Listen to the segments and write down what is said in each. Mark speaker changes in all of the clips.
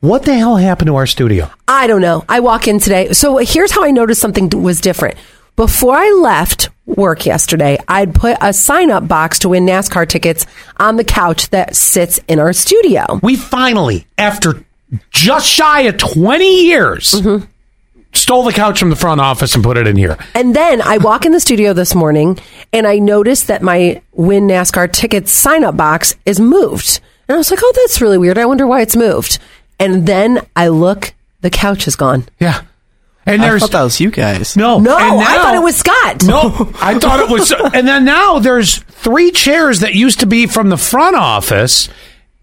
Speaker 1: What the hell happened to our studio?
Speaker 2: I don't know. I walk in today. So here's how I noticed something d- was different. Before I left work yesterday, I'd put a sign up box to win NASCAR tickets on the couch that sits in our studio.
Speaker 1: We finally, after just shy of 20 years,
Speaker 2: Mm-hmm.
Speaker 1: stole the couch from the front office and put it in here.
Speaker 2: And then I walk in the studio this morning and I noticed that my win NASCAR tickets sign up box is moved. And I was like, oh, that's really weird. I wonder why it's moved. And then I look, the couch is gone.
Speaker 1: Yeah. And
Speaker 3: I
Speaker 1: there's
Speaker 3: thought that was you guys.
Speaker 1: no,
Speaker 2: No,
Speaker 1: and
Speaker 2: I
Speaker 1: now-
Speaker 2: thought it was Scott.
Speaker 1: No, I thought it was. And then now there's three chairs that used to be from the front office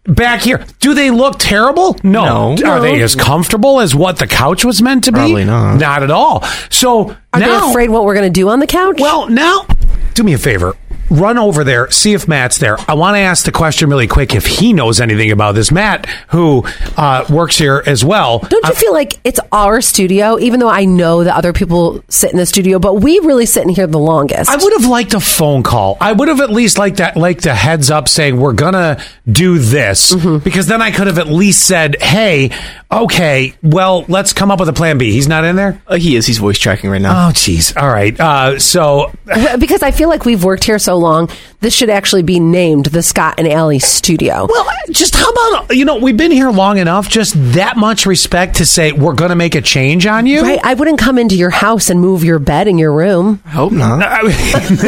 Speaker 1: back here. Do they look terrible? No.
Speaker 3: No.
Speaker 1: Are they as comfortable as what the couch was meant to be?
Speaker 3: Probably not.
Speaker 1: Not at all. So
Speaker 2: Are
Speaker 1: now,
Speaker 2: they afraid what we're going to do on the couch?
Speaker 1: well, now do me a favor. Run over there, see if Matt's there. I want to ask the question really quick if he knows anything about this. Matt, who uh, works here as well.
Speaker 2: Don't you feel like it's our studio, even though I know that other people sit in the studio, but we really sit in here the longest.
Speaker 1: I would have liked a phone call. I would have at least liked that, like the heads up saying we're gonna do this, because then I could have at least said, "Hey, okay, well, let's come up with a plan B." He's not in there.
Speaker 3: Uh, he is. He's voice tracking right now.
Speaker 1: Oh, jeez. All right. Uh, so
Speaker 2: because I feel like we've worked here so long, this should actually be named the Scott and Allie Studio.
Speaker 1: Well, just how about you know we've been here long enough. Just that much respect to say we're going to make a change on you.
Speaker 2: Right? I wouldn't come into your house and move your bed in your room.
Speaker 3: I hope not.
Speaker 1: I mean,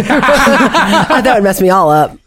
Speaker 2: that would mess me all up.